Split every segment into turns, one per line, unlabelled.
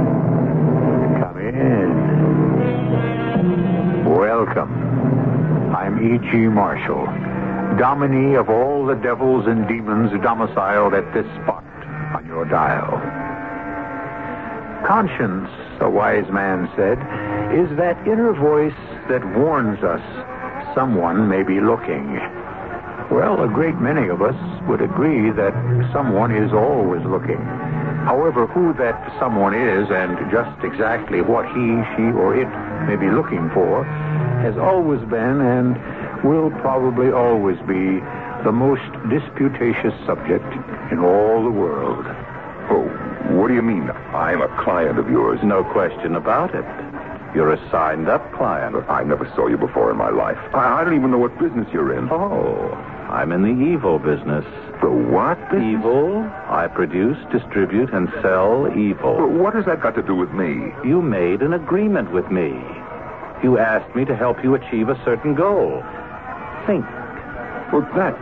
Come in. Welcome. I'm E.G. Marshall, dominie of all the devils and demons domiciled at this spot on your dial. Conscience, a wise man said, is that inner voice that warns us someone may be looking. Well, a great many of us would agree that someone is always looking. However, who that someone is and just exactly what he, she, or it may be looking for has always been and will probably always be the most disputatious subject in all the world.
Oh, what do you mean? I'm a client of yours. No question about it. You're a signed up client. I never saw you before in my life. I, I don't even know what business you're in.
Oh, I'm in the evil business.
The what business?
Evil? I produce, distribute, and sell
Well,
evil.
What has that got to do with me?
You made an agreement with me. You asked me to help you achieve a certain goal. Think.
Well, that.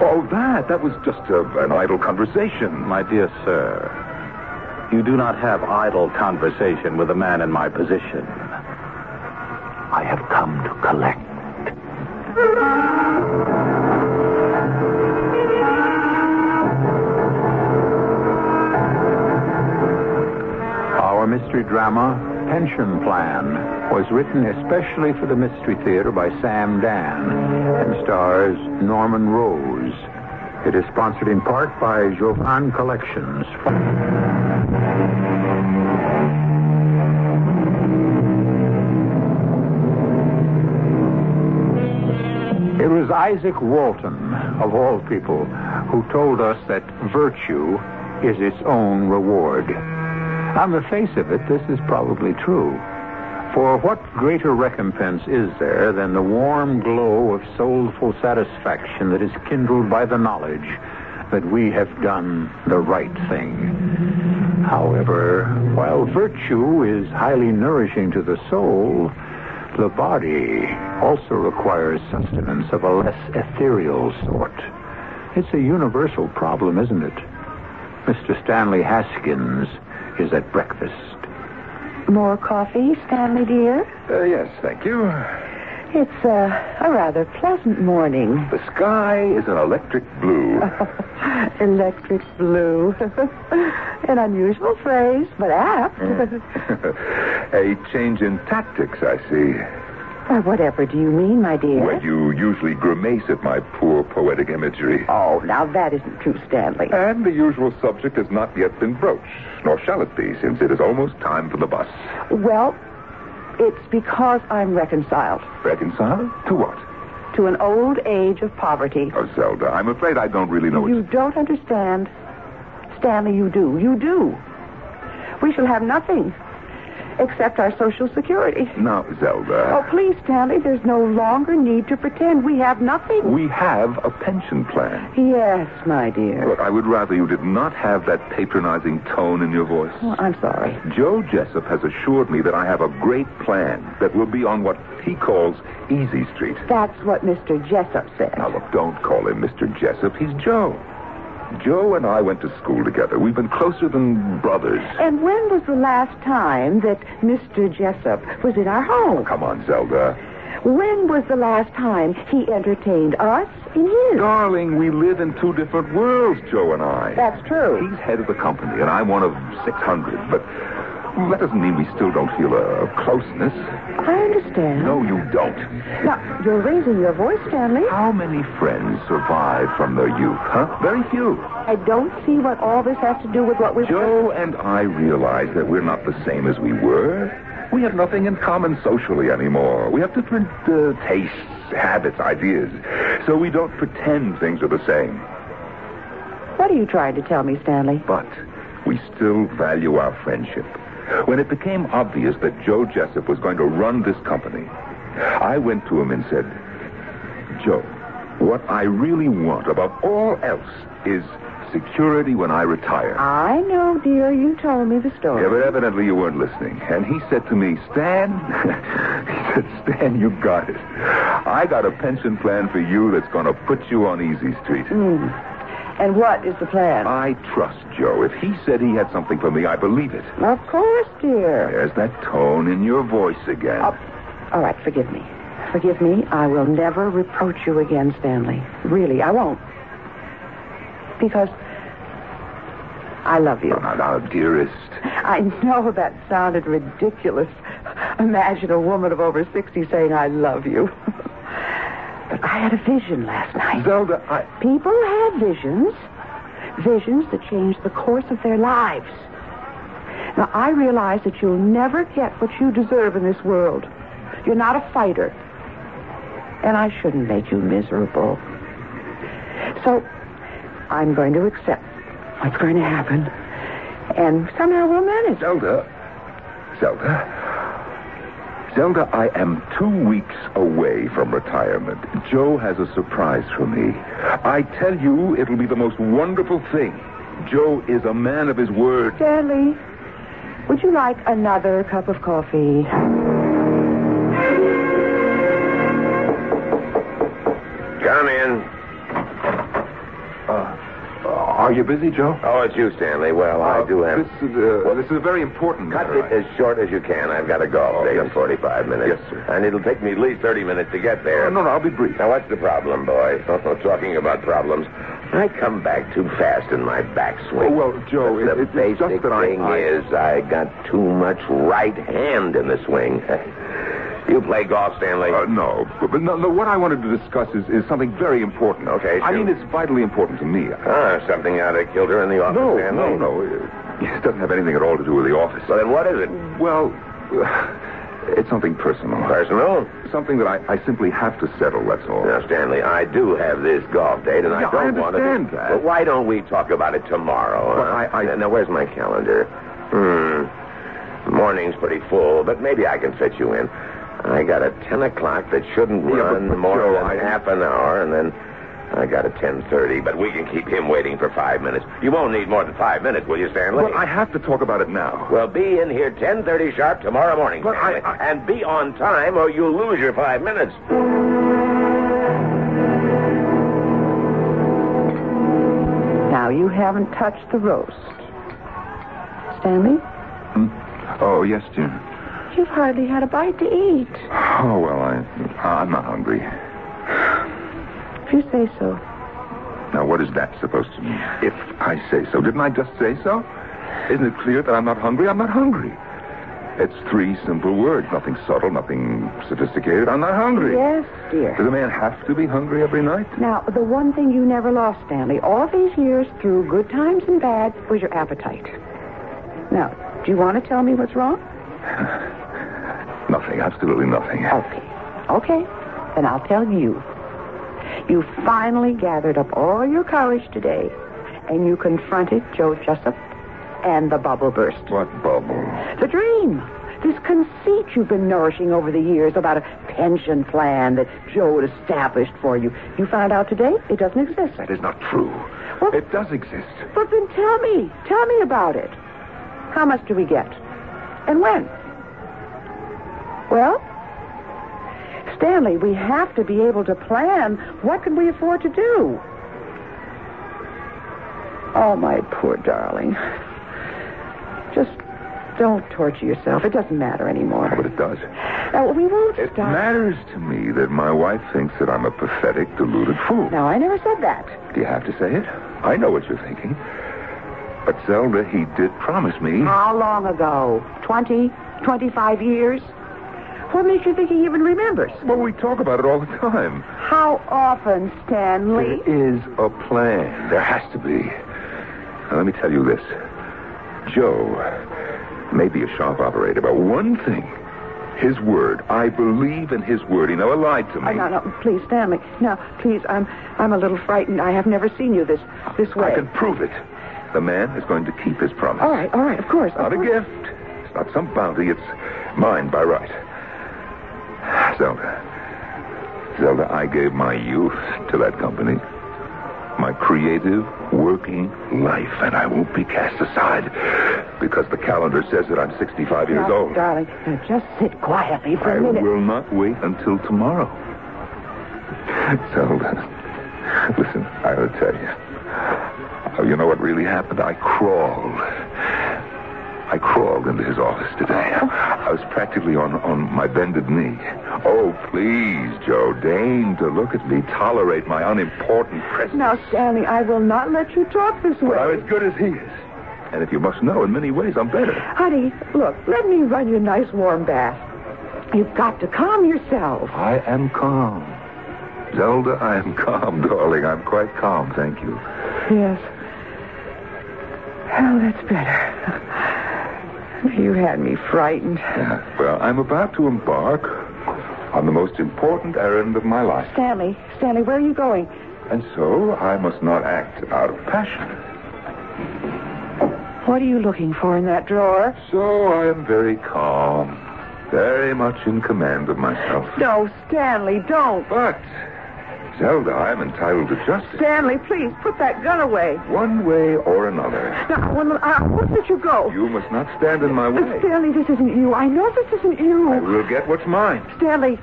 Oh, that. That was just uh an idle conversation.
My dear sir, you do not have idle conversation with a man in my position. I have come to collect.
Our mystery drama, Pension Plan, was written especially for the Mystery Theater by Sam Dan and stars Norman Rose. It is sponsored in part by Jovan Collections. It was Isaac Walton, of all people, who told us that virtue is its own reward. On the face of it, this is probably true. For what greater recompense is there than the warm glow of soulful satisfaction that is kindled by the knowledge that we have done the right thing? However, while virtue is highly nourishing to the soul, the body also requires sustenance of a less ethereal sort. It's a universal problem, isn't it? Mr. Stanley Haskins is at breakfast.
More coffee, Stanley dear?
Uh, yes, thank you.
It's uh, a rather pleasant morning.
The sky is an electric blue.
Electric blue. An unusual phrase, but apt.
a change in tactics, I see.
Why, Whatever do you mean, my dear?
When you usually grimace at my poor poetic imagery.
Oh, now that isn't true, Stanley.
And the usual subject has not yet been broached, nor shall it be, since it is almost time for the bus.
Uh, well, it's because I'm reconciled
Reconcile? To what?
to an old age of poverty.
Oh, Zelda, I'm afraid I don't really know what
you
you...
don't understand. Stanley, you do. You do. We shall have nothing except our Social Security.
Now,
Oh,
Zelda,
please, Stanley, there's no longer need to pretend we have nothing.
we have a pension plan.
Yes, my dear.
Look, I would rather you did not have that patronizing tone in your voice.
Well, Oh, I'm sorry.
Joe Jessup has assured me that I have a great plan that will be on what he calls Easy Street.
That's what Mr. Jessup said.
Now, look, don't call him Mr. Jessup. He's Joe.
Joe and I went to school together. We've been closer than brothers.
And when was the last time that Mr. Jessup was at our home?
Come on, Zelda.
When was the last time he entertained us in his?
Darling, we live in two different worlds, Joe and I.
That's true.
He's head of the company, and I'm one of 600. But that doesn't mean we still don't feel a closeness.
I understand.
No, you don't.
Now, you're raising your voice, Stanley.
How many friends survive from their youth, huh? Very few.
I don't see what all this has to do with what we've...
Joe and I realize that we're not the same as we were. We have nothing in common socially anymore. We have different uh, tastes, habits, ideas. So we don't pretend things are the same.
What are you trying to tell me, Stanley?
But we still value our friendship. When it became obvious that Joe Jessup was going to run this company, I went to him and said, Joe, what I really want above all else is security when I retire.
I know, dear. You told me the story.
Yeah, but evidently you weren't listening. And he said to me, Stan, he said, Stan, you got it. I got a pension plan for you that's going to put you on easy street.
Hmm. And what is the plan?
I trust Joe. If he said he had something for me, I believe it.
of course, dear.
There's that tone in your voice again.
Up. Oh, All right, forgive me. Forgive me. I will never reproach you again, Stanley. Really, I won't. Because I love you.
Now, now, dearest,
I know that sounded ridiculous. Imagine a woman of over 60 saying, I love you. but I had a vision last night.
Zelda, I.
People have visions. Visions that change the course of their lives. Now, I realize that you'll never get what you deserve in this world. You're not a fighter. And I shouldn't make you miserable. So, I'm going to accept what's going to happen. And somehow we'll manage.
Zelda. Zelda. Zelda, I am two weeks away from retirement. Joe has a surprise for me. I tell you, it'll be the most wonderful thing. Joe is a man of his word.
Stanley, would you like another cup of coffee?
Come in.
Uh, Are you busy, Joe?
Oh, it's you, Stanley. Well, I do have.
This is, uh, well, this is a very important
Cut
matter. Oh,
it as short as you can. I've got a golf date in 45 minutes.
Yes, sir.
And it'll take me at least 30 minutes to get
I-
there.
Uh, no, no, I'll be brief.
Now, what's the problem, boy? Oh, Talking about problems. I come back too fast in my backswing.
Oh, well, Joe,
But the
it- it- it's
basic
just that I-
thing
I-
is I got too much right hand in the swing. you play golf, Stanley?
Uh, no, but, but no, no, what I wanted to discuss is, is something very important.
Okay,
I
shoot.
mean, it's vitally important to me.
ah, something out of kilter in the office,
no,
Stanley?
no, no. It it doesn't have anything at all to do with the office.
Well, then what is it?
Well, it's something personal.
Personal?
Something that I, I simply have to settle, that's all.
Now, Stanley, I do have this golf date, and
Yeah,
I don't
I
want to.
understand that.
Well, why don't we talk about it tomorrow?
But
huh?
I- I-
Now, Now, where's my calendar? Hmm. Morning's pretty full, but maybe I can fit you in. I got a 10 o'clock that shouldn't
Yeah, but-
run
but,
more
Joe,
than
I-
half an hour, and then I got a 10.30, but we can keep him waiting for five minutes. You won't need more than five minutes, will you, Stanley?
But I have to talk about it now.
Well, be in here 10.30 sharp tomorrow morning,
But I-
Stanley. And be on time or you'll lose your five minutes.
Now, you haven't touched the roast. Stanley,
Oh, yes, Jim.
you've hardly had a bite to eat.
Oh, well, I, I'm not hungry.
If you say so.
Now, what is that supposed to mean? If I say so. Didn't I just say so? Isn't it clear that I'm not hungry? I'm not hungry. It's three simple words. Nothing subtle, nothing sophisticated. I'm not hungry.
Yes,
Does
dear.
a man have to be hungry every night?
Now, the one thing you never lost, Stanley, all these years through good times and bad, was your appetite. Now, do you want to tell me what's wrong?
Nothing. Absolutely nothing.
Okay. Okay. Then I'll tell you. You finally gathered up all your courage today, and you confronted Joe Jessup and the bubble burst.
What bubble?
The dream. This conceit you've been nourishing over the years about a pension plan that Joe had established for you. You found out today it doesn't exist.
That is not true.
Well-
It does exist.
But then tell me. Tell me about it. How much do we get? And when? Well, Stanley, we have to be able to plan. What can we afford to do? Oh, my poor darling. Just don't torture yourself. It doesn't matter anymore.
But it does.
Uh, we won't
It
stop.
matters to me that my wife thinks that I'm a pathetic, deluded fool.
No, I never said that.
Do you have to say it? I know what you're thinking. But Zelda, he did promise me.
How long ago? Twenty, twenty-five years? What makes you think he even remembers?
Well, we talk about it all the time.
How often, Stanley?
There is a plan. There has to be. Now, let me tell you this. Joe may be a sharp operator, but one thing, his word. I believe in his word. He never lied to me.
Oh, no, no, please, Stanley. No, please, I'm, I'm a little frightened. I have never seen you this, this way.
I can prove it. The man is going to keep his promise.
All right, all right, of course.
It's not
of
a
course.
gift. It's not some bounty. It's mine by right. Zelda. Zelda, I gave my youth to that company. My creative, working life, and I won't be cast aside because the calendar says that I'm 65 years
Now,
old.
darling, now just sit quietly for
I
a minute.
will not wait until tomorrow. Zelda, listen, I'll tell you. Oh, you know what really happened? I crawled. I crawled into his office today. I was practically on, on my bended knee. Oh, please, Joe, deign to look at me, tolerate my unimportant presence.
Now, Stanley, I will not let you talk this way.
But I'm as good as he is. And if you must know, in many ways, I'm better.
Honey, look, let me run you a nice warm bath. You've got to calm yourself.
I am calm. Zelda, I am calm, darling. I'm quite calm, thank you.
Yes. Well, Oh, that's better. You had me frightened.
Well, I'm about to embark on the most important errand of my life.
Stanley, Stanley, where are you going?
And so I must not act out of passion.
What are you looking for in that drawer?
So I am very calm, very much in command of myself.
No, Stanley, don't.
But, Zelda, I am entitled to justice.
Stanley, please, put that gun away.
One way or another.
Now, when, uh, what did you go? Uh,
You must not stand in my way.
Stanley, this isn't you. I know this isn't you.
I will get what's mine.
Stanley,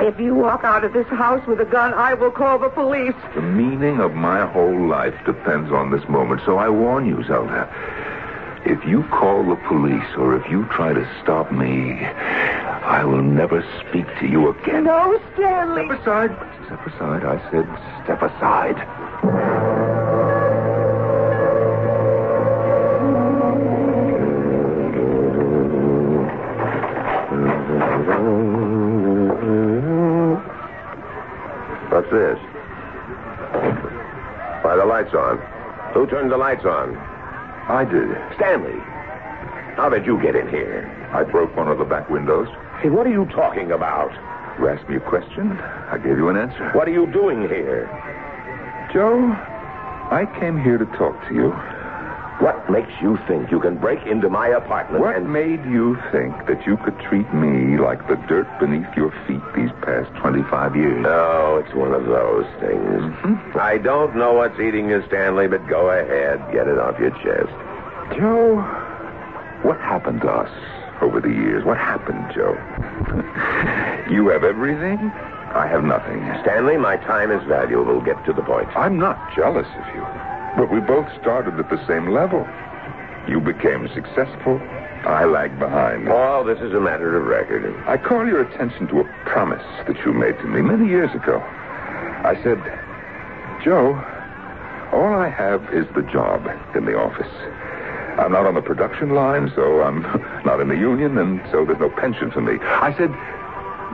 if you walk out of this house with a gun, I will call the police.
The meaning of my whole life depends on this moment, so I warn you, Zelda. If you call the police or if you try to stop me, I will never speak to you again.
No, Stanley.
Step aside. Step aside. I said step aside.
What's this? Why, the light's on. Who turned the lights on?
I did.
Stanley. How did you get in here?
I broke one of the back windows.
Hey, what are you talking about?
You asked me a question. I gave you an answer.
What are you doing here?
Joe? I came here to talk to you.
What makes you think you can break into my apartment
What
and...
made you think that you could treat me like the dirt beneath your feet these past 25 years? Mm-hmm.
No, it's one of those things. I don't know what's eating you, Stanley, but go ahead. Get it off your chest.
Joe, what happened to us over the years? What happened, Joe? you have everything. I have nothing.
Stanley, my time is valuable. Get to the point.
I'm not jealous of you, but we both started at the same level. You became successful. I lagged behind.
Paul, this is a matter of record.
I call your attention to a promise that you made to me many years ago. I said, Joe, all I have is the job in the office. I'm not on the production line, so I'm not in the union, and so there's no pension for me. I said,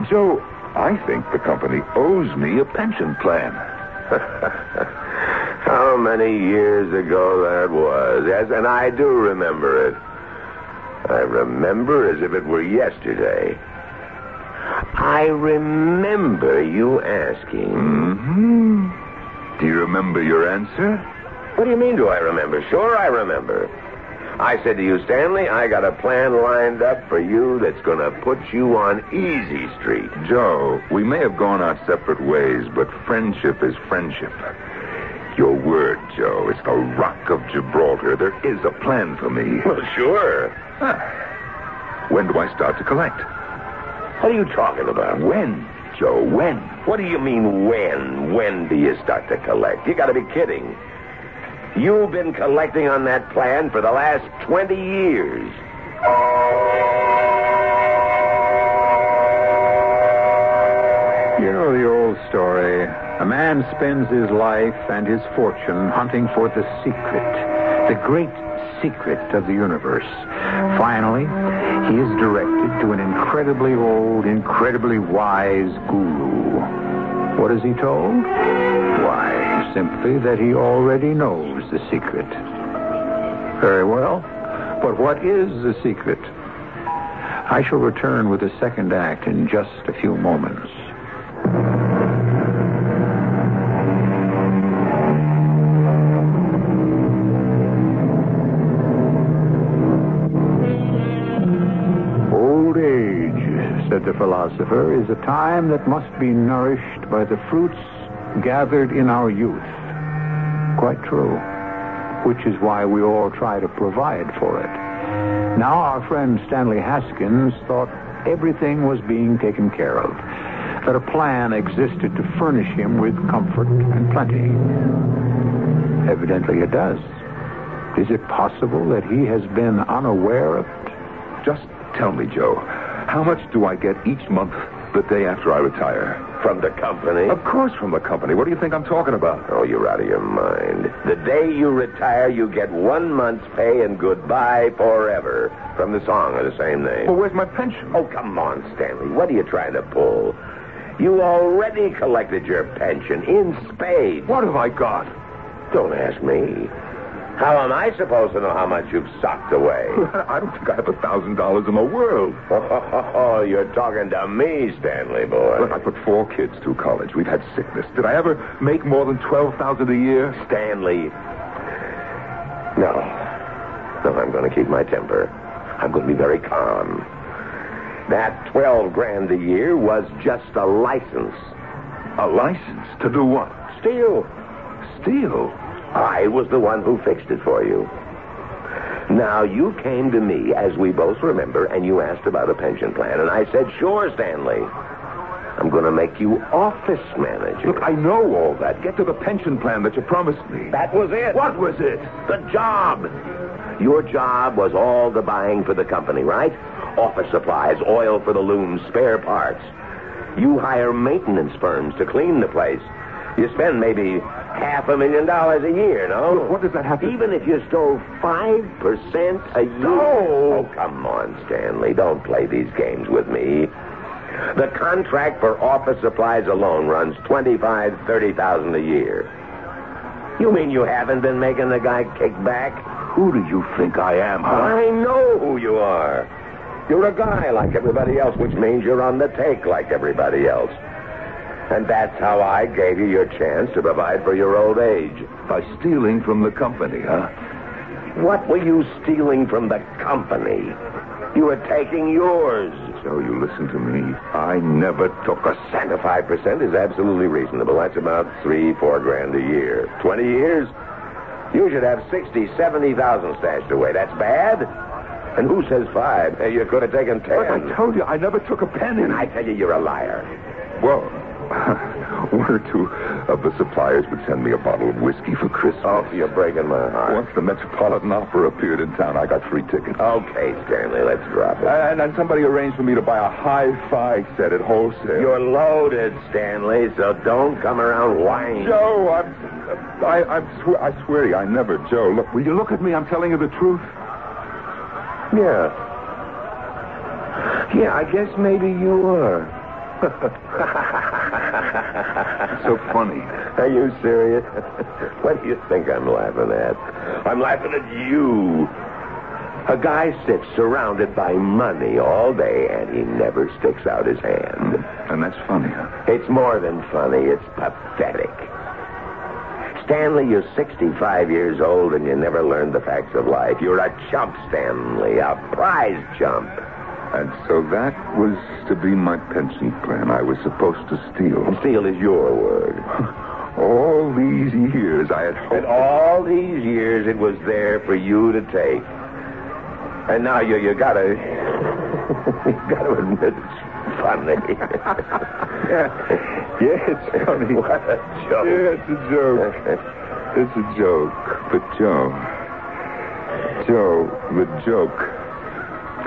Joe, I think the company owes me a pension plan.
How many years ago that was. Yes, and I do remember it. I remember as if it were yesterday. I remember you asking.
hmm Do you remember your answer?
What do you mean, do I remember? Sure, I remember. I said to you, Stanley, I got a plan lined up for you that's going to put you on easy street.
Joe, we may have gone our separate ways, but friendship is friendship. Your word, Joe, it's the rock of Gibraltar. There is a plan for me. Ah.
Well, sure.
When do I start to collect?
What are you talking about?
When, Joe, when?
What do you mean when? When do you start to collect? You got to be kidding.
You've been collecting on that plan for the last 20 years.
You know the old story. A man spends his life and his fortune hunting for the secret, the great secret of the universe. Finally, he is directed to an incredibly old, incredibly wise guru. What is he told? Why, simply that he already knows the secret. Very well. But what is the secret? I shall return with the second act in just a few moments. Old age, said the philosopher, is a time that must be nourished by the fruits gathered in our youth. Quite true. Which is why we all try to provide for it. Now, our friend Stanley Haskins thought everything was being taken care of, that a plan existed to furnish him with comfort and plenty. Evidently, it does. Is it possible that he has been unaware of it?
Just tell me, Joe, how much do I get each month the day after I retire?
From the company?
Of course, from the company. What do you think I'm talking about?
Oh, you're out of your mind. The day you retire, you get one month's pay and goodbye forever from the song of the same name.
Well, where's my pension?
Oh, come on, Stanley. What are you trying to pull? You already collected your pension in spades.
What have I got?
Don't ask me. How am I supposed to know how much you've socked away?
I don't think I have a thousand dollars in the world.
Oh, you're talking to me, Stanley
Look, I
boy.
put four kids through college. We've had sickness. Did I ever make more than twelve thousand a year?
Stanley. No. No, I'm going to keep my temper. I'm going to be very calm. That 12 grand a year was just a license.
A license to do what?
Steal.
Steal.
I was the one who fixed it for you. Now, you came to me, as we both remember, and you asked about a pension plan. And I said, sure, Stanley. I'm going to make you office manager.
Look, I know all that. Get to the pension plan that you promised me.
That was it.
What was it?
The job. Your job was all the buying for the company, right? Office supplies, oil for the looms, spare parts. You hire maintenance firms to clean the place. You spend maybe half a million dollars a year, no?
Look, what does that have to-
Even if you stole 5% a year.
No.
Oh, come on, Stanley. Don't play these games with me. The contract for office supplies alone runs twenty-five, thirty thousand a year. You mean you haven't been making the guy kick back?
Who do you think I am,
I know who you are. You're a guy like everybody else, which means you're on the take like everybody else. And that's how I gave you your chance to provide for your old age.
By stealing from the company, huh?
What were you stealing from the company? You were taking yours.
Joe, you listen to me. I never took a
And
cent.
the 5% is absolutely reasonable. That's about three, four grand a year. 20 years? You should have 60, 70,000 stashed away. That's bad? And who says five? Hey, you could have taken ten.
Look, I told you, I never took a penny.
I tell you, you're a liar.
Well, one or two of the suppliers would send me a bottle of whiskey for Christmas.
Oh, you're breaking my heart.
Once the Metropolitan Opera appeared in town, I got three tickets.
Okay, Stanley, let's drop it.
And, and somebody arranged for me to buy a hi-fi set at wholesale.
you're loaded, Stanley, so don't come around whining.
Joe, I'm, I, I'm swe- I swear to you, I never, Joe. Look, will you look at me? I'm telling you the truth.
Yeah. Yeah, I guess maybe you are.
It's so funny.
Are you serious? what do you think I'm laughing at? I'm laughing at you. A guy sits surrounded by money all day, and he never sticks out his hand.
And that's funny, huh?
It's more than funny. It's pathetic. Stanley, you're 65 years old and you never learned the facts of life. You're a chump, Stanley, a prize chump.
And so that was to be my pension plan. I was supposed to steal.
Steele is your word.
All these years I had
And
hoped.
all these years it was there for you to take. And now you, you gotta. you gotta admit it's funny.
Yes, Tony.
what a joke.
Yeah, it's a joke. It's a joke. But Joe, Joe, the joke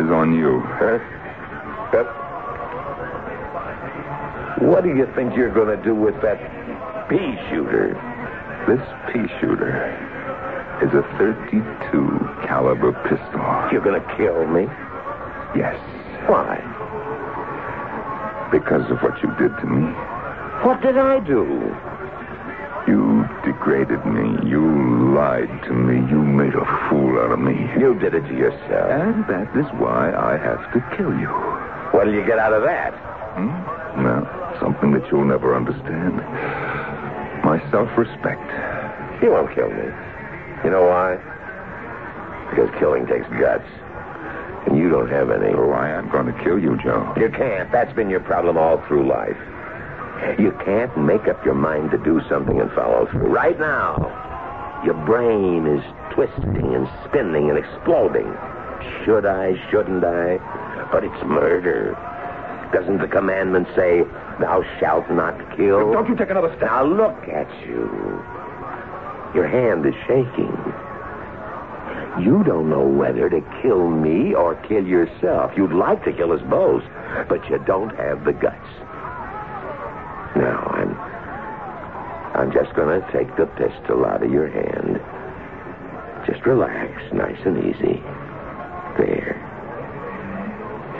is on you.
Huh? Yep. What do you think you're going to do with that pea shooter?
This pea shooter is a 32 caliber pistol.
You're going to kill me?
Yes,
Why?
because of what you did to me.
What did I do?
You degraded me. You lied to me. You made a fool out of me.
You did it to yourself.
And that is why I have to kill you.
What'll you get out of that?
Hmm? No, something that you'll never understand. My self respect.
You won't kill me. You know why? Because killing takes guts. And you don't have any.
Oh, I am going to kill you, Joe.
You can't. That's been your problem all through life. You can't make up your mind to do something and follow through. Right now, your brain is twisting and spinning and exploding. Should I? Shouldn't I? But it's murder. Doesn't the commandment say, thou shalt not kill?
Don't you take another step.
Now look at you. Your hand is shaking. You don't know whether to kill me or kill yourself. You'd like to kill us both, but you don't have the guts. Now, I'm. I'm just going to take the pistol out of your hand. Just relax, nice and easy. There.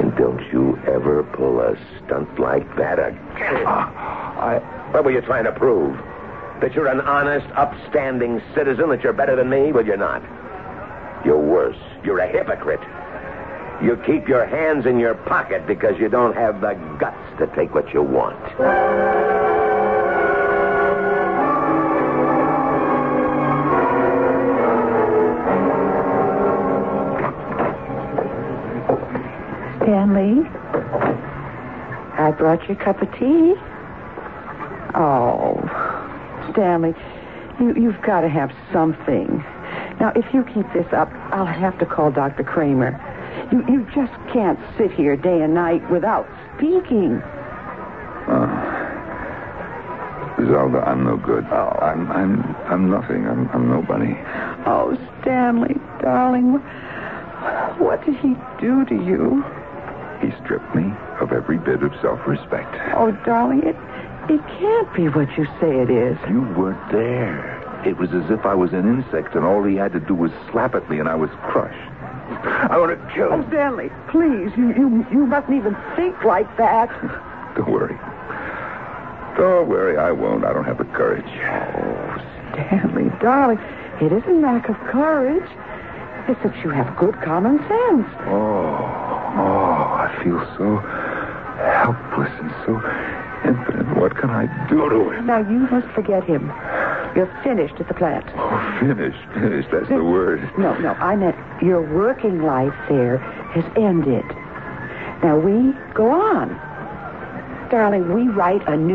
And don't you ever pull a stunt like that again. I... What were you trying to prove? That you're an honest, upstanding citizen, that you're better than me? Well, you're not. You're worse. You're a hypocrite. You keep your hands in your pocket because you don't have the guts to take what you want.
Stanley, I brought you a cup of tea. Oh, Stanley, you, you've got to have something. Now, if you keep this up, I'll have to call Dr. Kramer. You, you just can't sit here day and night without speaking.
Zelda, I'm no good. I'm, I'm, I'm nothing. I'm, I'm nobody.
Oh, Stanley, darling, wh- what did he do to you?
He stripped me of every bit of self-respect.
Oh, darling, it, it can't be what you say it is.
You weren't there. It was as if I was an insect and all he had to do was slap at me and I was crushed. I want to kill
Oh,
him.
Stanley, please, you, you, you mustn't even think like that.
Don't worry. Don't worry, I won't. I don't have the courage.
Oh, Stanley, darling, it isn't lack of courage. It's that you have good common sense.
Oh, oh, I feel so helpless and so impotent. What can I do to him?
Now, you must forget him. You're finished at the plant.
Oh, finished, finished. That's the word.
No, no, I meant your working life there has ended. Now, we go on. Darling, we write a new...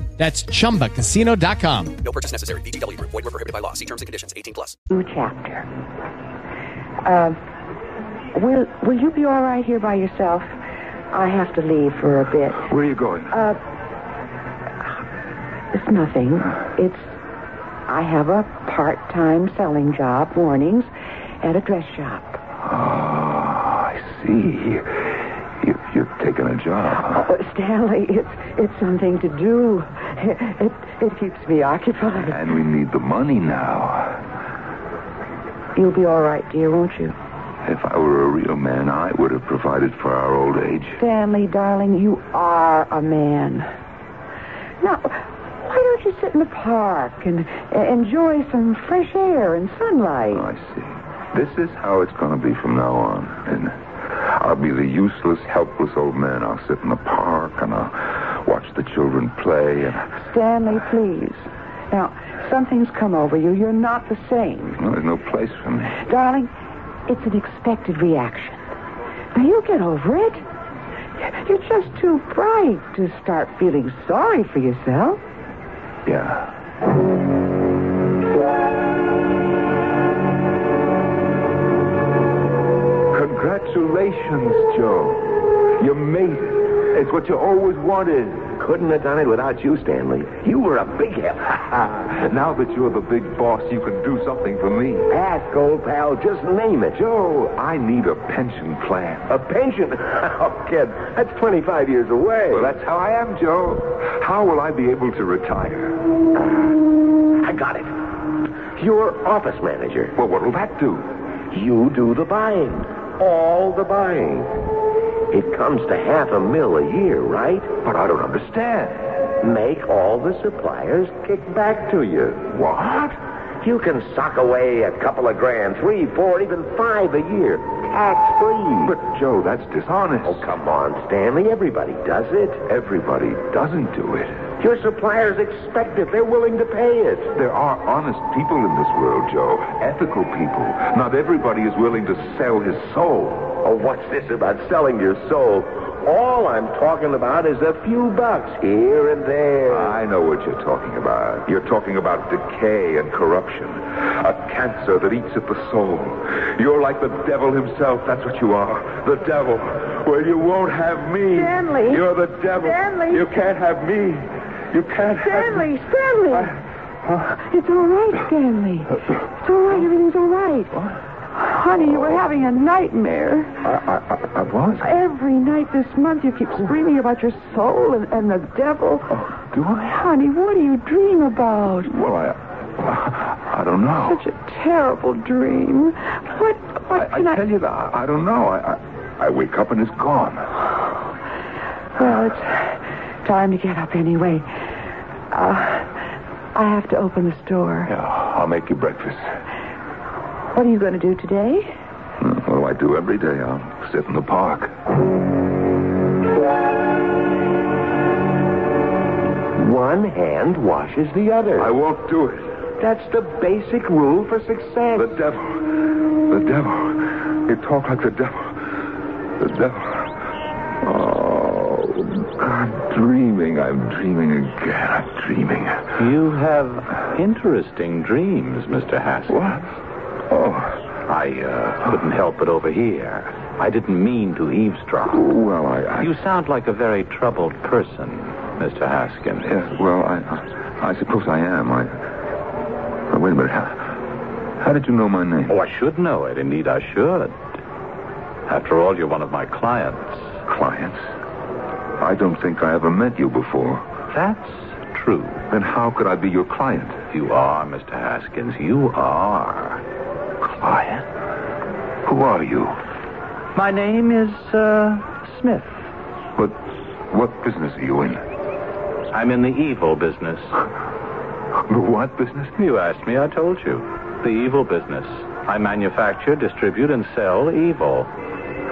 That's chumbacasino.com.
No purchase necessary. VGW Group. Void were prohibited by law. See terms and conditions. 18 plus.
new chapter. Uh, will Will you be all right here by yourself? I have to leave for a bit.
Where are you going?
Uh, it's nothing. It's I have a part-time selling job, mornings, at a dress shop.
Oh, Ah, I see. You, you've taken a job.
Oh, Stanley, it's it's something to do. It it keeps me occupied.
And we need the money now.
You'll be all right, dear, won't you?
If I were a real man, I would have provided for our old age.
Stanley, darling, you are a man. Now, why don't you sit in the park and uh, enjoy some fresh air and sunlight?
I see. This is how it's going to be from now on. And I'll be the useless, helpless old man. I'll sit in the park and I'll watch the children play. And
Stanley, please. Now, something's come over you. You're not the same.
well, there's no place for me.
Darling, it's an expected reaction. You'll get over it. You're just too bright to start feeling sorry for yourself.
Yeah.
Congratulations, Joe. You made it. It's what you always wanted. Couldn't have done it without you, Stanley. You were a big help.
now that you're the big boss, you can do something for me.
Ask, old pal. Just name it.
Joe, I need a pension plan.
A pension? Oh, kid, that's 25 years away.
Well, that's how I am, Joe. How will I be able to retire?
I got it. You're office manager.
Well, what will that do?
You do the buying. All the buying. It comes to half a mil a year, right?
But I don't understand.
Make all the suppliers kick back to you. What? You can sock away a couple of grand, three, four, even five a year, tax free.
But, Joe, that's dishonest.
oh, come on, Stanley. Everybody does it.
Everybody doesn't do it.
Your suppliers expect it. They're willing to pay it.
There are honest people in this world, Joe. Ethical people. Not everybody is willing to sell his soul.
Oh, what's this about selling your soul? All I'm talking about is a few bucks here and there.
I know what you're talking about. You're talking about decay and corruption, a cancer that eats at the soul. You're like the devil himself. That's what you are. The devil. Well, you won't have me.
Stanley.
You're the devil.
Stanley.
You can't have me. You can't have
Stanley,
me.
Stanley! Uh, It's all right, Stanley. It's all right. Everything's all right. Honey, you were having a nightmare.
I, I, I was.
Every night this month you keep screaming about your soul and, and the devil.
Do I?
Honey, what do you dream about?
Well, I. I don't know.
Such a terrible dream. What, what
I, I
can I...
tell you, that I, I don't know. I, I, I wake up and it's gone.
Well, it's time to get up anyway. Uh, I have to open the store.
Yeah, I'll make you breakfast.
What are you going to do today?
Hmm, What do I do every day? I'll sit in the park.
One hand washes the other.
I won't do it.
That's the basic rule for success.
The devil. The devil. You talk like the devil. The devil. Oh, I'm dreaming. I'm dreaming again. I'm dreaming.
You have interesting dreams, Mr. Haskell.
What? Oh.
I uh, couldn't help but overhear. I didn't mean to eavesdrop.
Well, I. I
You sound like a very troubled person, Mr. Haskins.
Yes, well, I, I, I suppose I am. I. Oh, wait a minute. How, how did you know my name?
Oh, I should know it. Indeed, I should. After all, you're one of my clients.
clients. I don't think I ever met you before.
That's true.
Then how could I be your client?
You are, Mr. Haskins. You are.
Client? Who are you?
My name is uh, Smith.
What, what business are you in?
I'm in the evil business.
The what business?
You asked me, I told you. The evil business. I manufacture, distribute, and sell evil.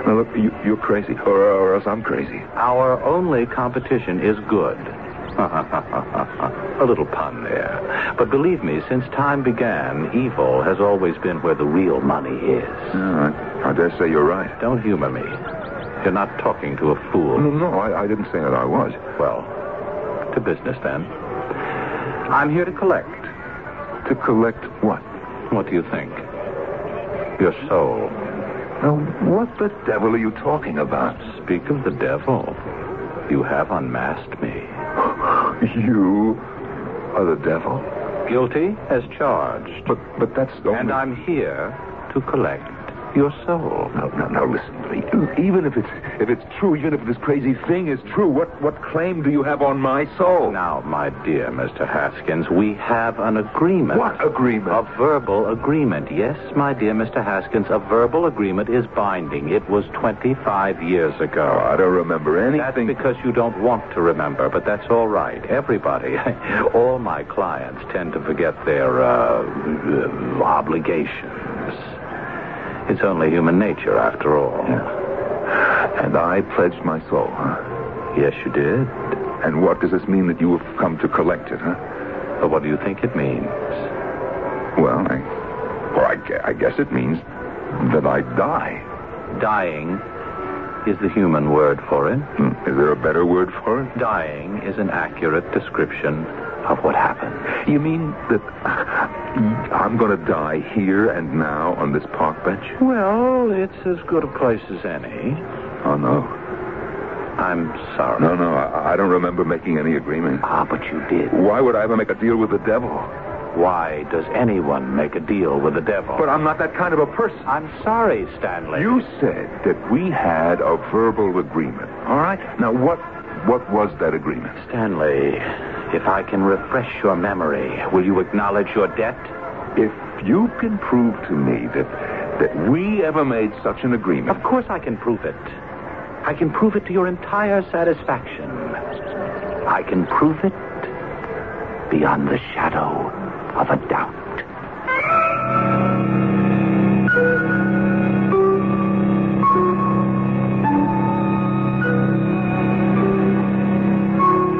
Now, look, you, you're crazy, or, or else I'm crazy.
Our only competition is good. A little pun there. But believe me, since time began, evil has always been where the real money is.
Yeah, I, I dare say you're right.
Don't humor me. You're not talking to a fool.
Oh, No, no, I, I didn't say that I was.
Well, to business then. I'm here to collect.
To collect what?
What do you think? Your soul.
Now, what the devil are you talking about?
Speak of the devil. You have unmasked me.
You are the devil?
Guilty as charged.
But, but that's the
And
only-
I'm here to collect your soul.
Now, now, now, listen to me. Even if it's if it's true, even if this crazy thing is true, what what claim do you have on my soul?
Now, my dear Mr. Haskins, we have an agreement.
What agreement?
A verbal agreement. Yes, my dear Mr. Haskins, a verbal agreement is binding. It was 25 years ago.
Oh, I don't remember
That's
anything.
because you don't want to remember, but that's all right. Everybody, all my clients tend to forget their uh, uh, obligations. It's only human nature, after all.
And I pledged my soul, huh?
Yes, you did.
And what does this mean that you have come to collect it, huh?
But what do you think it means?
Well, I, well, I, gue- I guess it means that I die.
Dying is the human word for it.
Hmm. Is there a better word for it?
Dying is an accurate description of what happened.
You mean that I'm going to die here and now on this park bench?
Well, it's as good a place as any.
Oh, no.
I'm sorry.
No, no, I, I don't remember making any agreement.
Ah, but you did.
Why would I ever make a deal with the devil?
Why does anyone make a deal with the devil?
But I'm not that kind of a person.
I'm sorry, Stanley.
You said that we had a verbal agreement. All right. Now, what what was that agreement?
Stanley, if I can refresh your memory, will you acknowledge your debt?
If you can prove to me that that we ever made such an agreement.
Of course I can prove it. I can prove it to your entire satisfaction. I can prove it beyond the shadow of a doubt.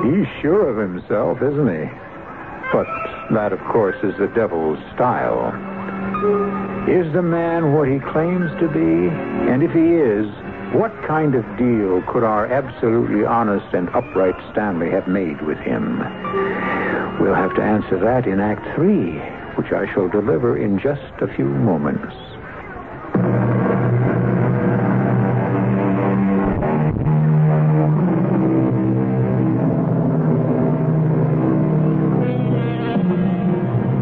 He's sure of himself, isn't he? But that, of course, is the devil's style. Is the man what he claims to be? And if he is, what kind of deal could our absolutely honest and upright Stanley have made with him? We'll have to answer that in Act Three, which I shall deliver in just a few moments.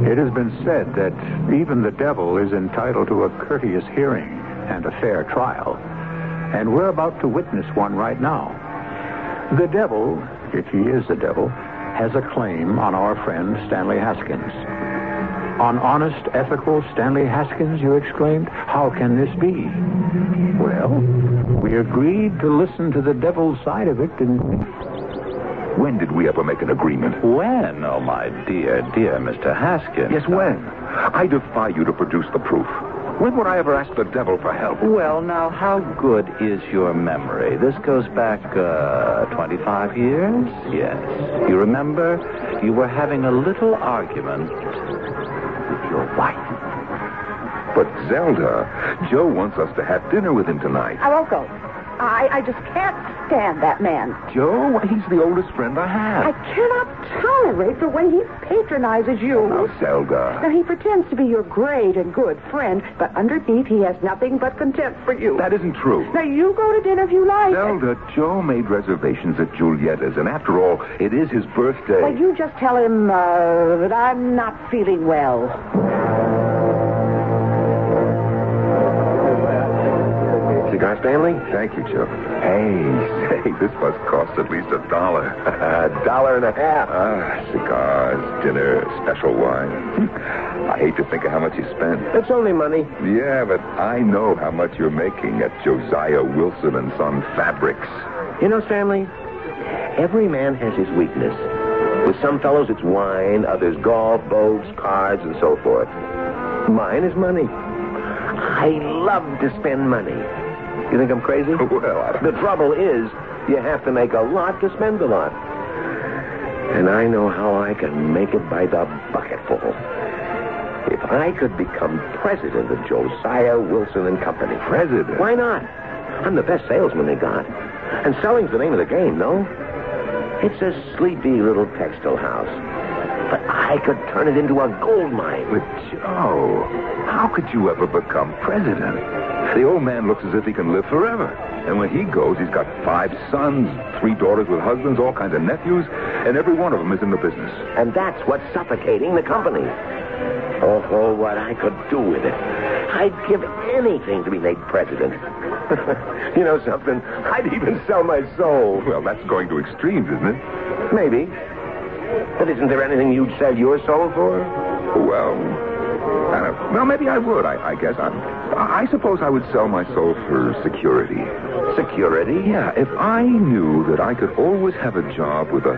It has been said that even the devil is entitled to a courteous hearing and a fair trial. And we're about to witness one right now. The devil, if he is the devil, has a claim on our friend Stanley Haskins. On honest, ethical Stanley Haskins, you exclaimed? How can this be? Well, we agreed to listen to the devil's side of it, didn't we?
When did we ever make an agreement?
When? Oh, my dear, dear Mr. Haskins.
Yes, when? I defy you to produce the proof. When would I ever ask the devil for help?
Well, now, how good is your memory? This goes back, uh, 25 years? Yes. You remember? You were having a little argument with your wife.
But Zelda, Joe wants us to have dinner with him tonight.
I won't go. I, I just can't stand that man.
Joe, he's the oldest friend I
I
have.
cannot tolerate the way he patronizes you.
Now,
Now,
Zelda.
he pretends to be your great and good friend, but underneath he has nothing but contempt for you.
That isn't true.
Now, you go to dinner if you like.
Zelda, Joe made reservations at Julietta's, and after all, it is his birthday.
Well, you just tell him uh, that I'm not feeling well.
Cigar Stanley?
Thank you, Joe. Hey, say, this must cost at least a dollar.
A dollar and a half.
ah, cigars, dinner, special wine. I hate to think of how much you spent.
It's only money.
Yeah, but I know how much you're making at Josiah Wilson and Son Fabrics.
You know, Stanley, every man has his weakness. With some fellows, it's wine, others, golf, boats, cards, and so forth. Mine is money. I love to spend money. You think I'm crazy?
Well, I
The trouble is, you have to make a lot to spend a lot. And I know how I can make it by the bucketful. If I could become president of Josiah Wilson and Company.
President?
Why not? I'm the best salesman they got. And selling's the name of the game, no? It's a sleepy little textile house. But I could turn it into a gold mine.
But Joe, how could you ever become president? The old man looks as if he can live forever. And when he goes, he's got five sons, three daughters with husbands, all kinds of nephews, and every one of them is in the business.
And that's what's suffocating the company. Oh, oh, what I could do with it. I'd give anything to be made president. you know something? I'd even sell my soul.
Well, that's going to extremes, isn't it?
Maybe. But isn't there anything you'd sell your soul for?
Well, I don't, well, maybe I would. I, I guess I, I suppose I would sell my soul for security.
Security?
Yeah, if I knew that I could always have a job with a,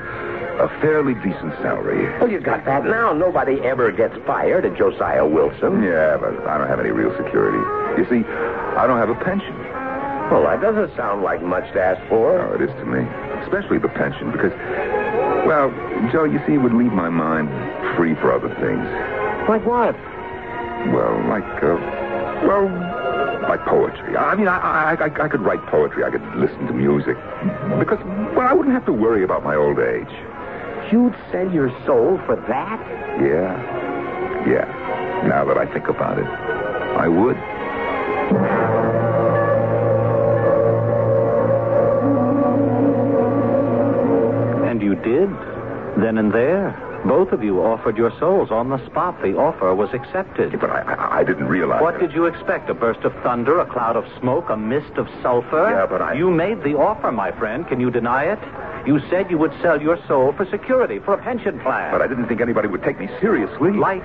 a fairly decent salary,
Well, you got that now. Nobody ever gets fired at Josiah Wilson.
Yeah, but I don't have any real security. You see, I don't have a pension.
Well, that doesn't sound like much to ask
Oh,
for.
it is to me. Especially the pension, because, well, Joe, you see, it would leave my mind free for other things.
Like what?
Well, like, uh, well, Like poetry. I mean, I, I, I, I could write poetry. I could listen to music. Because, well, I wouldn't have to worry about my old age.
You'd sell your soul for that?
Yeah. Yeah. Now that I think about it, I would.
And you did, then and there. Both of you offered your souls on the spot. The offer was accepted.
But I, I, I didn't realize.
What
it.
did you expect? A burst of thunder, a cloud of smoke, a mist of sulfur?
Yeah, but I-
You made the offer, my friend. Can you deny it? You said you would sell your soul for security, for a pension plan.
But I didn't think anybody would take me seriously.
Life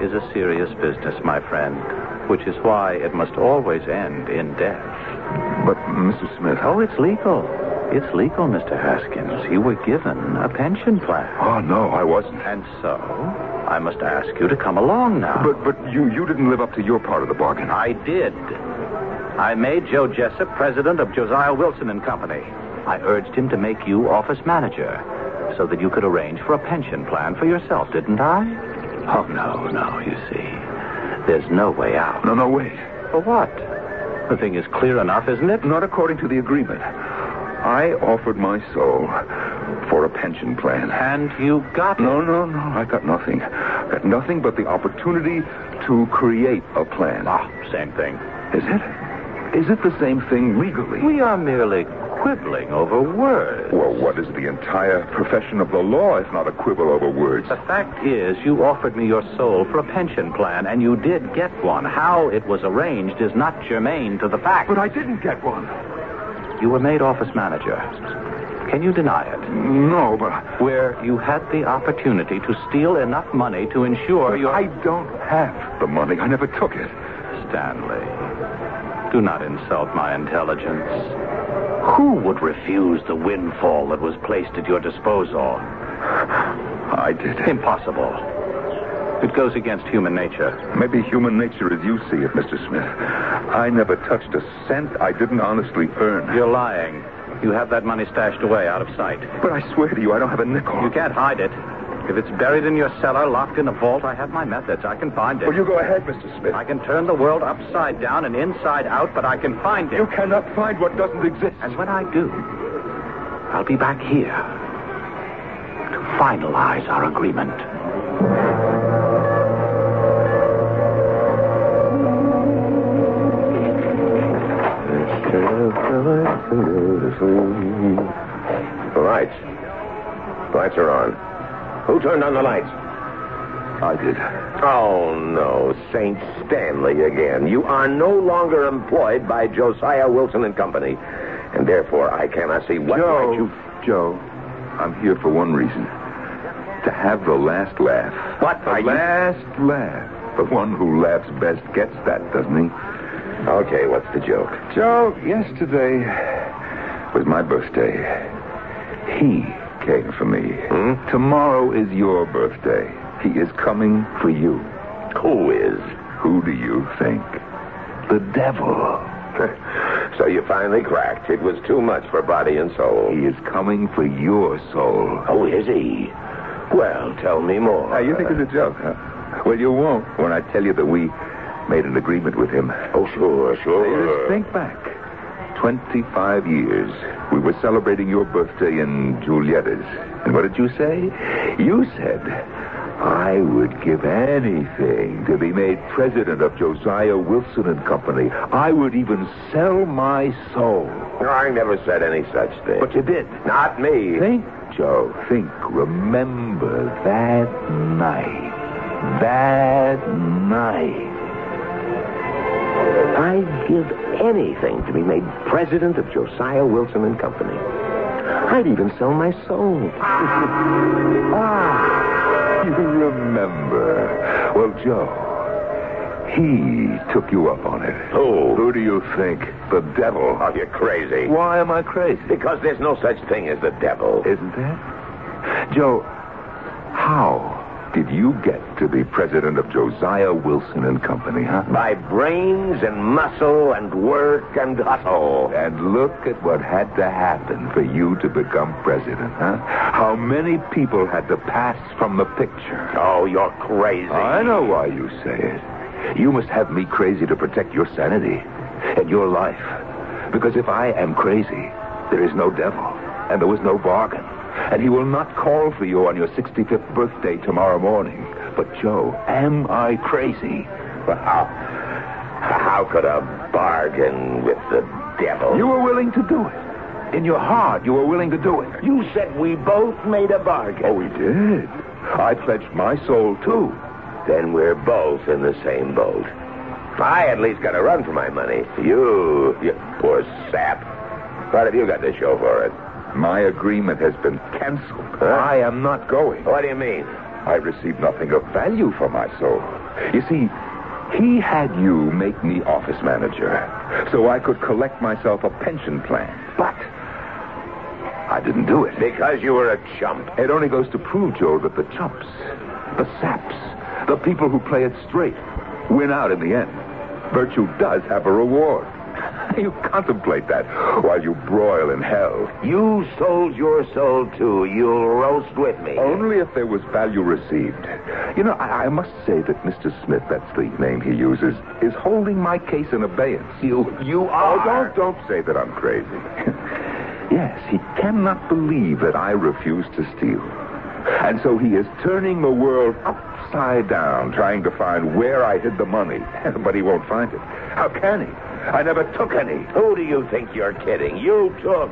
is a serious business, my friend, which is why it must always end in death.
But, Mr. Smith,
Oh, it's legal. It's legal, Mr. Haskins. You were given a pension plan.
Oh, no, I wasn't.
And so, I must ask you to come along now.
But but you you didn't live up to your part of the bargain.
I did. I made Joe Jessup president of Josiah Wilson and Company. I urged him to make you office manager so that you could arrange for a pension plan for yourself, didn't I? Oh, no, no, you see. There's no way out.
No, no, wait.
For what? The thing is clear enough, isn't it?
Not according to the agreement. I offered my soul for a pension plan.
And you got
No, no, no. I got nothing. I got nothing but the opportunity to create a plan.
Ah, same thing.
Is it? Is it the same thing legally?
We are merely quibbling over words.
Well, what is the entire profession of the law if not a quibble over words?
The fact is, you offered me your soul for a pension plan, and you did get one. How it was arranged is not germane to the fact.
But I didn't get one.
You were made office manager. Can you deny it?
No, but
Where you had the opportunity to steal enough money to ensure your.
I don't have the money. I never took it.
Stanley, do not insult my intelligence. Who would refuse the windfall that was placed at your disposal?
I did.
Impossible. It goes against human nature.
Maybe human nature as you see it, Mr. Smith. I never touched a cent I didn't honestly earn.
You're lying. You have that money stashed away out of sight.
But I swear to you, I don't have a nickel.
You can't hide it. If it's buried in your cellar, locked in a vault, I have my methods. I can find it.
Well, you go ahead, Mr. Smith.
I can turn the world upside down and inside out, but I can find it.
You cannot find what doesn't exist.
And when I do, I'll be back here to finalize our agreement.
The lights. The lights are on. Who turned on the lights?
I did.
Oh, no. St. Stanley again. You are no longer employed by Josiah Wilson and Company. And therefore, I cannot see what
Joe,
right you.
Joe, I'm here for one reason. To have the last laugh.
What
The
are you-
last laugh. The one who laughs best gets that, doesn't he?
Okay, what's the joke?
Joe, yesterday was my birthday. He came for me.
Hmm?
Tomorrow is your birthday. He is coming for you.
Who is?
Who do you think? The devil.
so you finally cracked. It was too much for body and soul.
He is coming for your soul.
Oh, is he? Well, tell me more.
Now, you think it's a joke, huh? Well, you won't when I tell you that we made an agreement with him.
Oh, sure,
Just
sure.
think back. 25 years. We were celebrating your birthday in Julietta's. And what did you say? You said, I would give anything to be made president of Josiah Wilson and Company. I would even sell my soul.
No, I never said any such thing.
But you did.
Not me.
Think, Joe. Think. Remember that night. That night.
I'd give anything to be made president of Josiah Wilson and Company. I'd even sell my soul.
Ah, you remember. Well, Joe, he took you up on it.
Who?
Who do you think? The devil.
Oh, you're crazy.
Why am I crazy?
Because there's no such thing as the devil.
Isn't there? Joe, how did you get to be president of Josiah Wilson and Company, huh?
By brains and muscle and work and hustle.
And look at what had to happen for you to become president, huh? How many people had to pass from the picture?
Oh, you're crazy.
I know why you say it. You must have me crazy to protect your sanity. and your life. Because if I am crazy, there is no devil, and there was no bargain. And he will not call for you on your 65th birthday tomorrow morning. But, Joe, am I crazy?
Well, how, how could a bargain with the devil?
You were willing to do it. In your heart, you were willing to do it.
You said we both made a bargain.
Oh, we did. I pledged my soul, too.
Then we're both in the same boat. I at least got to run for my money. You, you poor sap. What have you got to show for it?
My agreement has been canceled. I am not going.
What do you mean?
I received nothing of value for my soul. You see, he had you make me office manager so I could collect myself a pension plan. But I didn't do it.
Because you were a chump.
It only goes to prove, Joe, that the chumps, the saps, the people who play it straight win out in the end. Virtue does have a reward. You contemplate that while you broil in hell.
You sold your soul to. You'll roast with me.
Only if there was value received. You know, I, I must say that Mr. Smith, that's the name he uses, is holding my case in abeyance.
You, you are.
Oh, don't, don't say that I'm crazy. yes, he cannot believe that I refuse to steal. And so he is turning the world upside down, trying to find where I hid the money. but he won't find it. How can he? I never took any.
Who do you think you're kidding? You took.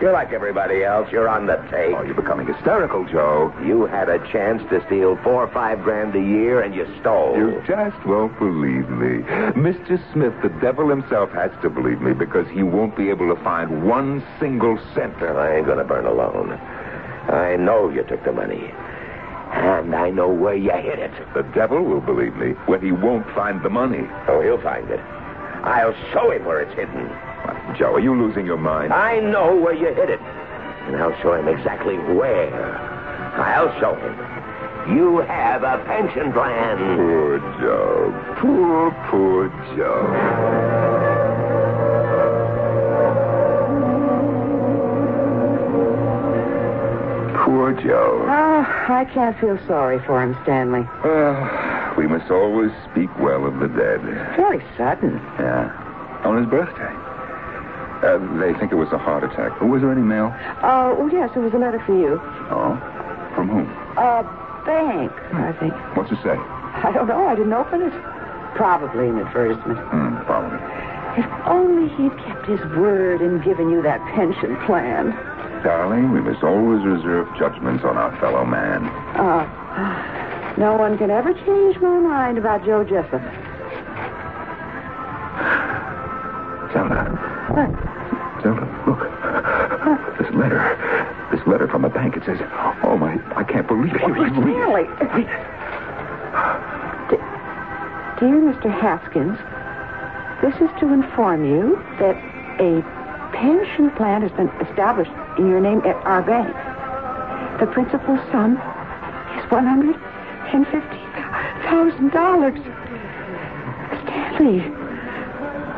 You're like everybody else. You're on the take.
Oh, you're becoming hysterical, Joe.
You had a chance to steal four or five grand a year, and you stole.
You just won't believe me. Mr. Smith, the devil himself, has to believe me because he won't be able to find one single cent.
I ain't gonna burn alone. I know you took the money. And I know where you hid it.
The devil will believe me when he won't find the money.
Oh, he'll find it. I'll show him where it's hidden.
Joe, are you losing your mind?
I know where you hid it. And I'll show him exactly where. I'll show him. You have a pension plan.
Poor Joe. Poor, poor Joe. Poor Joe.
Ah, I can't feel sorry for him, Stanley.
Well, Ah, we must always speak well of the dead.
Very sudden.
Yeah. On his birthday. Uh, they think it was a heart attack. Was there any mail?
Uh, oh, yes, there was a letter for you.
Oh. From whom?
Uh, bank, I think.
What's it say?
I don't know. I didn't open it. Probably an advertisement.
Hmm, probably.
If only he'd kept his word in giving you that pension plan.
Darling, we must always reserve judgments on our fellow man.
Uh, no one can ever change my mind about Joe Jessup.
Zelda. Zelda, look. This letter. This letter from the bank. It says, oh, my, I can't believe it.
Oh,
Here, you read it.
Stanley. De- Dear Mr. Haskins, this is to inform you that a pension plan has been established in your name at our bank. The principal sum is one hundred and fifty thousand dollars. Stanley,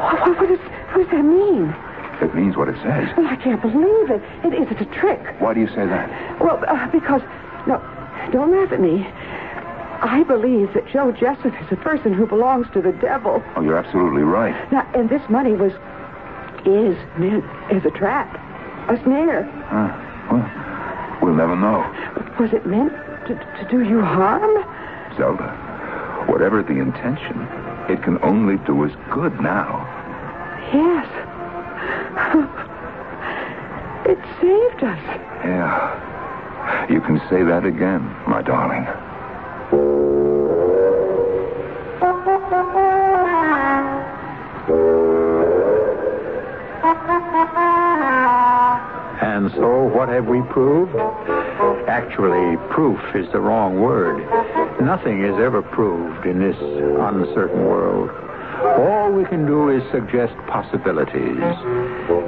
what, what, what, is, what does that mean?
It means what it says.
Well, I can't believe it. It is it's a trick.
Why do you say that?
Well, uh, because, no, don't laugh at me. I believe that Joe Jessup is a person who belongs to the devil.
Oh, you're absolutely right.
Now, and this money was, is meant as a trap, a snare.
Huh. Well, we'll never know.
Was it meant to, to do you harm?
Zelda, whatever the intention, it can only do us good now.
Yes. It saved us.
Yeah. You can say that again, my darling.
And so, what have we proved? Actually, proof is the wrong word. Nothing is ever proved in this uncertain world. All we can do is suggest possibilities.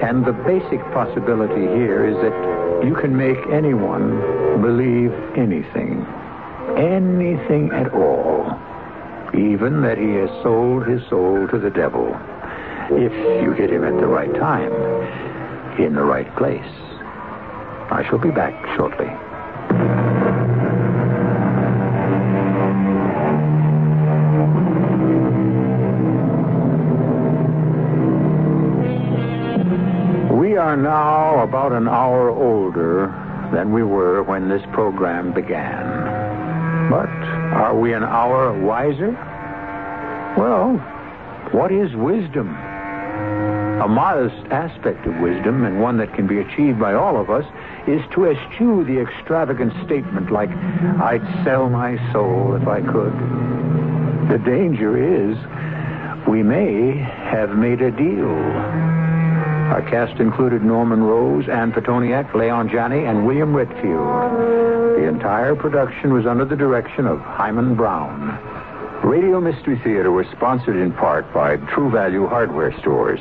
And the basic possibility here is that you can make anyone believe anything. Anything at all. Even that he has sold his soul to the devil. If you hit him at the right time in the right place. I shall be back shortly.
about an hour older than we were when this program began. But are we an hour wiser? Well, what is wisdom? A modest aspect of wisdom, and one that can be achieved by all of us, is to eschew the extravagant statement like, I'd sell my soul if I could. The danger is we may have made a deal. Our cast included Norman Rose, Ann Petoniak, Leon Janney, and William Whitfield. The entire production was under the direction of Hyman Brown. Radio Mystery Theater was sponsored in part by True Value Hardware Stores.